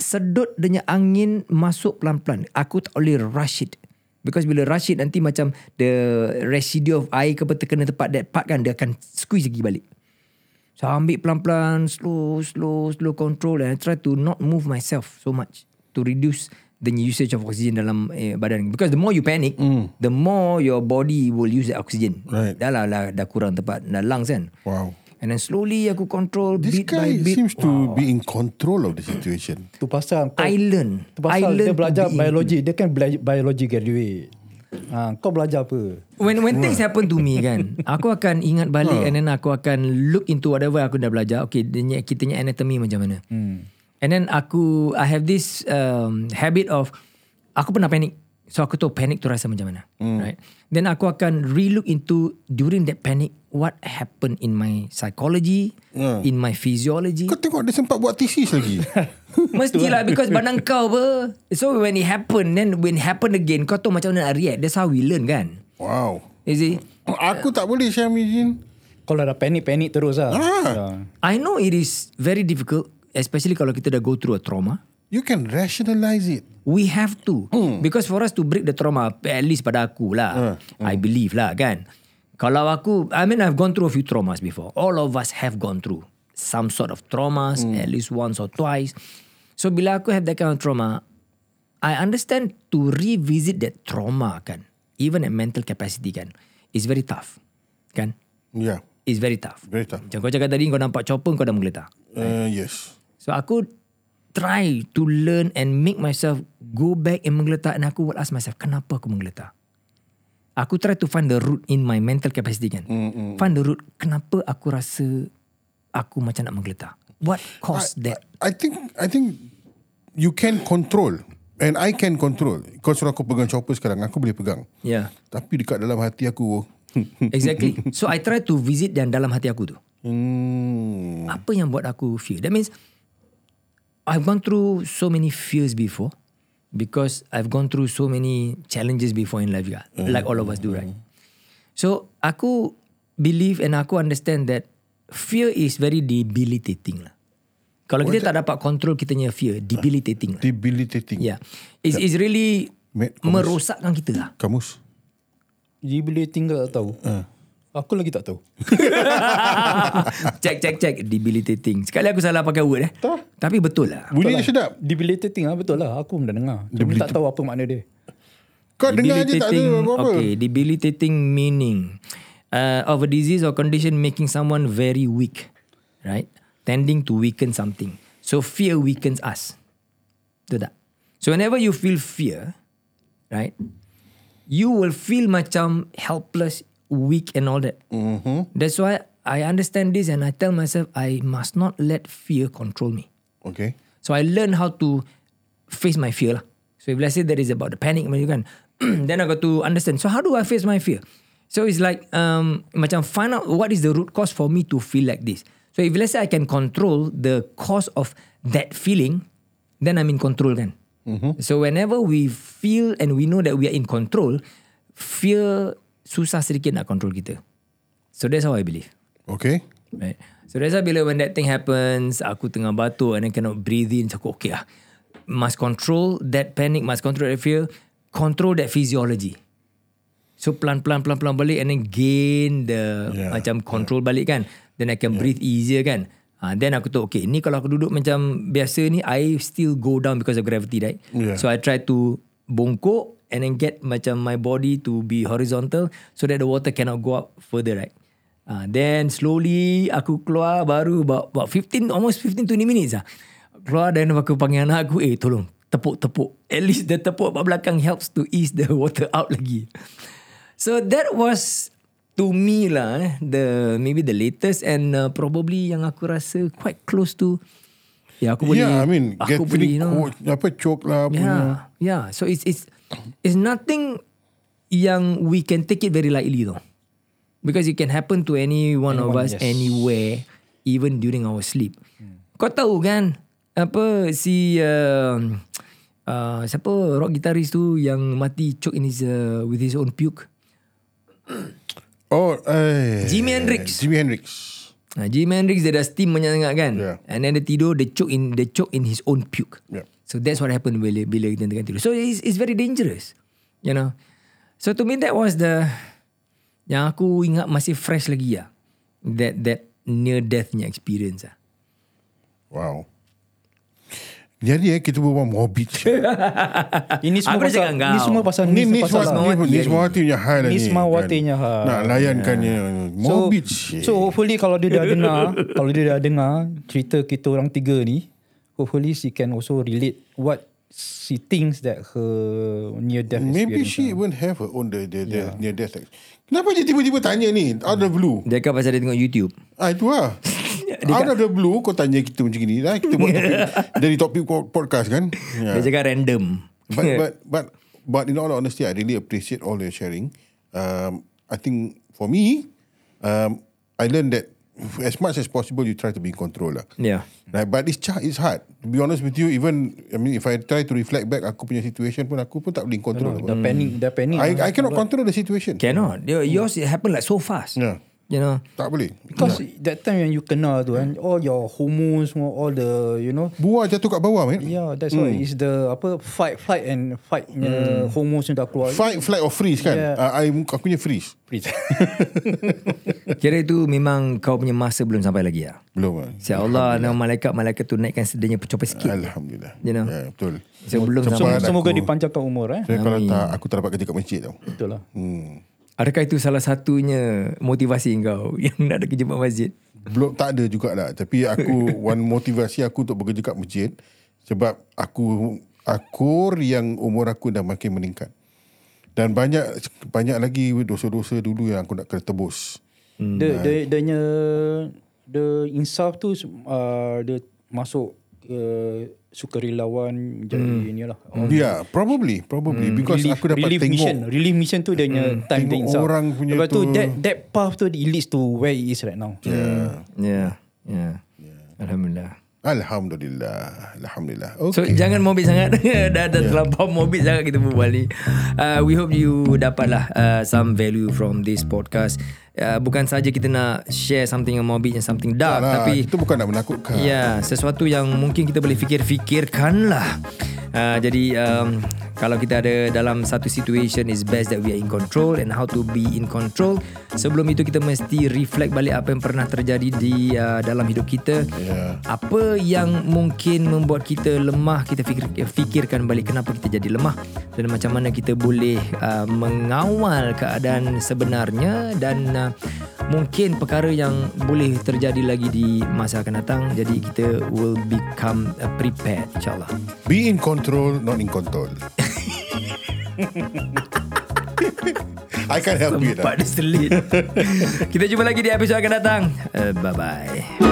Speaker 2: sedut dengan angin masuk pelan-pelan. Aku tak boleh rush it. Because bila rush it nanti macam the residue of air ke apa terkena tempat that part kan dia akan squeeze lagi balik. So I ambil pelan-pelan, slow, slow, slow control and I try to not move myself so much to reduce the usage of oxygen dalam eh, badan. Because the more you panic, mm. the more your body will use the oxygen.
Speaker 1: Hmm. Right.
Speaker 2: Dah lah, dah, dah kurang tempat, dah lungs kan.
Speaker 1: Wow.
Speaker 2: And then slowly aku control
Speaker 1: This
Speaker 2: bit by
Speaker 1: guy
Speaker 2: bit.
Speaker 1: seems to be in control of the situation.
Speaker 3: Tu pasal kau,
Speaker 2: Island.
Speaker 3: tu pasal
Speaker 2: Island
Speaker 3: dia belajar
Speaker 2: to be in-
Speaker 3: biologi. Dia kan bela- biologi graduate. Ha, kau belajar apa?
Speaker 2: When when things happen to me kan, aku akan ingat balik
Speaker 3: Ha.
Speaker 2: and then aku akan look into whatever aku dah belajar. Okay, dia punya- kita punya anatomy macam mana. Hmm. And then aku, I have this um, habit of, aku pernah panic. So aku tahu panic tu rasa macam mana. Hmm. Right? Then aku akan relook into during that panic, what happened in my psychology,
Speaker 3: Ha.
Speaker 1: Hmm.
Speaker 2: in my physiology.
Speaker 1: Kau tengok dia sempat buat thesis lagi.
Speaker 2: Mestilah because badan kau apa. So when it happen, then when it happen again, kau tahu macam mana nak react. That's how we learn kan.
Speaker 1: Wow.
Speaker 2: Is it?
Speaker 1: Aku tak boleh Syam Izin.
Speaker 3: Kau dah panik-panik terus lah. Ya.
Speaker 1: Ah,
Speaker 2: I know it is very difficult, especially kalau kita dah go through a trauma.
Speaker 1: you can rationalize it.
Speaker 2: We have to.
Speaker 1: Hmm.
Speaker 2: Mm. Because for us to break the trauma, at least pada aku lah. Mm.
Speaker 1: Hmm.
Speaker 2: I believe lah kan. Kalau aku, I mean I've gone through a few traumas before. All of us have gone through some sort of traumas,
Speaker 1: Hmm.
Speaker 2: mm. at least once or twice. So bila aku have that kind of trauma, I understand to revisit that trauma kan. Even at mental capacity kan. It's very tough. Kan?
Speaker 1: Yeah.
Speaker 2: is very tough.
Speaker 1: Very tough.
Speaker 2: Macam kau cakap tadi kau nampak chopper kau dah menggeletar.
Speaker 1: Uh, yes.
Speaker 2: So aku try to learn and make myself go back and menggeletar and aku will ask myself kenapa aku menggeletar. Aku try to find the root in my mental capacity kan. Mm-mm. Find the root kenapa aku rasa aku macam nak menggeletar. What caused that?
Speaker 1: I think I think you can control and I can control. Kau suruh aku pegang chopper sekarang, aku boleh pegang.
Speaker 2: Yeah.
Speaker 1: Tapi dekat dalam hati aku,
Speaker 2: Exactly. so I try to visit dan dalam hati aku tu.
Speaker 1: hmm,
Speaker 2: Apa yang buat aku fear? That means I've gone through so many fears before because I've gone through so many challenges before in life juga.
Speaker 1: Mm-hmm.
Speaker 2: Like all of us do, right? So aku believe and aku understand that fear is very debilitating lah. Kalau kita tak dapat control kita punya fear, debilitating lah.
Speaker 1: debilitating.
Speaker 2: Yeah. It's, it's really
Speaker 1: Mad commerce.
Speaker 2: merosakkan kita lah.
Speaker 1: Kamus.
Speaker 3: Debilitating ke tak tahu. Aku lagi tak tahu.
Speaker 2: check, check, check. Debilitating. Sekali aku salah pakai word eh. Tak. Tapi betul lah.
Speaker 1: Bunyi dia sedap.
Speaker 3: Debilitating lah betul lah. Aku pun dah dengar. Cuma tak tahu apa makna dia.
Speaker 1: Kau dengar je tak ada apa-apa.
Speaker 2: Okay, debilitating meaning uh, of a disease or condition making someone very weak, right? Tending to weaken something. So fear weakens us. Betul tak? So whenever you feel fear, right? You will feel macam helpless, weak and all that.
Speaker 1: Mm. Mhm.
Speaker 2: Mm-hmm. That's why I understand this and I tell myself I must not let fear control me.
Speaker 1: Okay.
Speaker 2: So I learned how to face my fear lah. So if let's say that is about the panic when you can, then I got to understand. So how do I face my fear? So it's like um, macam find out what is the root cause for me to feel like this. So if let's say I can control the cause of that feeling, then I'm in control kan. So whenever we feel and we know that we are in control, fear susah sedikit nak control kita. So that's how I believe.
Speaker 1: Okay.
Speaker 2: Right. So that's why bila when that thing happens, aku tengah batuk and I cannot breathe in, so aku okay lah. Must control that panic, must control that fear, control that physiology. So pelan-pelan, pelan-pelan balik and then gain the
Speaker 1: Yeah.
Speaker 2: yeah. macam control yeah. balik kan. Then I can yeah. breathe easier kan. Ha, then aku tahu, okay, ni kalau aku duduk macam biasa ni, I still go down because of gravity, right?
Speaker 1: Yeah.
Speaker 2: So I try to bongkok and then get macam my body to be horizontal so that the water cannot go up further, right? Uh, then slowly aku keluar baru about, about 15, almost 15, 20 minutes lah. Keluar dan aku panggil anak aku, eh tolong tepuk-tepuk. At least the tepuk kat belakang helps to ease the water out lagi. So that was to me lah eh, the maybe the latest and uh, probably yang aku rasa quite close to ya aku boleh
Speaker 1: yeah, I mean, get
Speaker 2: aku
Speaker 1: feeling
Speaker 2: boleh Ya. you know,
Speaker 1: co- apa choke lah. apa.
Speaker 2: Yeah, yeah. So it's it's it's nothing yang we can take it very lightly though, because it can happen to any one of
Speaker 3: Anyone,
Speaker 2: us
Speaker 3: yes.
Speaker 2: anywhere, even during our sleep. Kau tahu kan apa si uh, uh, siapa rock guitarist tu yang mati choke in his uh, with his own puke?
Speaker 1: Oh, eh.
Speaker 2: Jimi Hendrix.
Speaker 1: Jimi Hendrix.
Speaker 2: Nah, Ha, Jimi Hendrix dia dah steam menyengat kan
Speaker 1: Yeah.
Speaker 2: and then dia tidur dia choke in dia choke in his own puke.
Speaker 1: Yeah.
Speaker 2: So that's what happened bila bila kita tengah tidur. So it's, it's very dangerous. You know. So to me that was the yang aku ingat masih fresh lagi ya. That that near deathnya experience ah.
Speaker 1: Wow. Jadi eh, kita berbual morbid.
Speaker 3: Ini semua
Speaker 2: Aku dah
Speaker 3: pasal
Speaker 2: cakap kau.
Speaker 3: ini semua pasal
Speaker 1: ni
Speaker 3: ni,
Speaker 1: ni
Speaker 3: pasal lah.
Speaker 1: Nismawati ni, Nismawati punya hal lah ni.
Speaker 3: Nismawati punya hal.
Speaker 1: Nak layankannya. Morbid. shit.
Speaker 3: ha. Ya. So hopefully kalau dia dah dengar, kalau dia dah dengar cerita kita orang tiga ni, hopefully she can also relate what she thinks that her near death
Speaker 1: Maybe
Speaker 3: experience. ha. Ya.
Speaker 1: she even have her own the, the, the near death. ex- Kenapa dia tiba-tiba tanya ni out of the blue?
Speaker 2: Dia kan pasal dia tengok YouTube.
Speaker 1: Ah itu lah. out of the blue kau tanya kita macam ni lah. Kita buat topik, dari topik po- podcast kan.
Speaker 2: Dia
Speaker 1: Yeah.
Speaker 2: cakap random.
Speaker 1: But but but but in all honesty I really appreciate all your sharing. Um I think for me um I learned that as much as possible you try to be in control lah.
Speaker 2: Yeah.
Speaker 1: Right, but it's cha- it's hard. To be honest with you, even I mean, if I try to reflect back, aku punya situation pun aku pun tak boleh control.
Speaker 3: dah
Speaker 1: apa.
Speaker 3: panic, dah panic.
Speaker 1: Hmm.
Speaker 3: lah.
Speaker 1: I I cannot control the situation.
Speaker 2: Cannot. Dia, yours it happened like so fast.
Speaker 1: Yeah.
Speaker 2: You know.
Speaker 1: Tak boleh.
Speaker 3: Because that time when you kena tu kan, all your hormones, semua, all the, you know,
Speaker 1: Buah jatuh kat bawah, man.
Speaker 3: yeah, that's why
Speaker 1: Hmm.
Speaker 3: it's the apa fight, flight and fight punya hormones yang dah keluar.
Speaker 1: Fight, flight or freeze kan?
Speaker 3: Yeah.
Speaker 1: Uh, I, aku punya freeze.
Speaker 3: Please.
Speaker 2: Kira itu memang kau punya masa belum sampai lagi ya.
Speaker 1: Belum lah.
Speaker 2: Insya Allah nama malaikat-malaikat tu naikkan sedanya pecopai sikit.
Speaker 1: Alhamdulillah.
Speaker 2: You know.
Speaker 1: Yeah, betul.
Speaker 2: Sebelum
Speaker 1: Cepat
Speaker 2: sampai.
Speaker 1: aku-
Speaker 3: Semoga dipanjangkan umur eh.
Speaker 1: Saya kalau tak, aku tak dapat kerja kat masjid tau.
Speaker 3: Betul lah.
Speaker 1: Hmm.
Speaker 2: Adakah itu salah satunya motivasi kau yang nak ada kerja buat masjid?
Speaker 1: Belum tak ada juga lah. Tapi aku one motivasi aku untuk bekerja kat masjid sebab aku aku yang umur aku dah makin meningkat. Dan banyak banyak lagi dosa-dosa dulu yang aku nak kena tebus.
Speaker 3: The the the nya the insaf tu uh, dia masuk uh, sukarelawan jadi ni lah.
Speaker 1: Hmm. Yeah, probably, probably because
Speaker 3: relief,
Speaker 1: aku dapat
Speaker 3: relief
Speaker 1: tengok
Speaker 3: mission. Relief mission tu dia punya time
Speaker 1: Tengok
Speaker 3: dia insaf.
Speaker 1: orang punya
Speaker 3: Lepas tu,
Speaker 1: tu.
Speaker 3: that, that path tu it leads to where it is right now.
Speaker 1: Yeah.
Speaker 2: Ya. Ya. Alhamdulillah.
Speaker 1: Alhamdulillah. Alhamdulillah.
Speaker 2: So
Speaker 1: Okay. So,
Speaker 2: okay. jangan morbid sangat Dah dah terlampau morbid sangat kita berbual ni uh, We hope you dapatlah uh, Some value from this podcast uh, Bukan saja kita nak share something yang morbid and Something dark
Speaker 1: lah,
Speaker 2: Tapi
Speaker 1: itu bukan nak menakutkan.
Speaker 2: Ya, yeah, sesuatu yang mungkin kita boleh fikir-fikirkan lah. Uh, jadi um, kalau kita ada dalam satu situation is best that we are in control and how to be in control. Sebelum itu kita mesti reflect balik apa yang pernah terjadi di uh, dalam hidup kita.
Speaker 1: Ya.
Speaker 2: Apa yang mungkin membuat kita lemah, kita fikir, eh, fikirkan balik kenapa kita jadi lemah dan macam mana kita boleh uh, mengawal keadaan sebenarnya dan uh, mungkin perkara yang boleh terjadi lagi di masa akan datang jadi kita will become uh, prepared insyaallah
Speaker 1: Be in control, not in control. I can't help you. Dah. lah.
Speaker 2: tempat dia selit kita jumpa lagi di episod akan datang uh, bye bye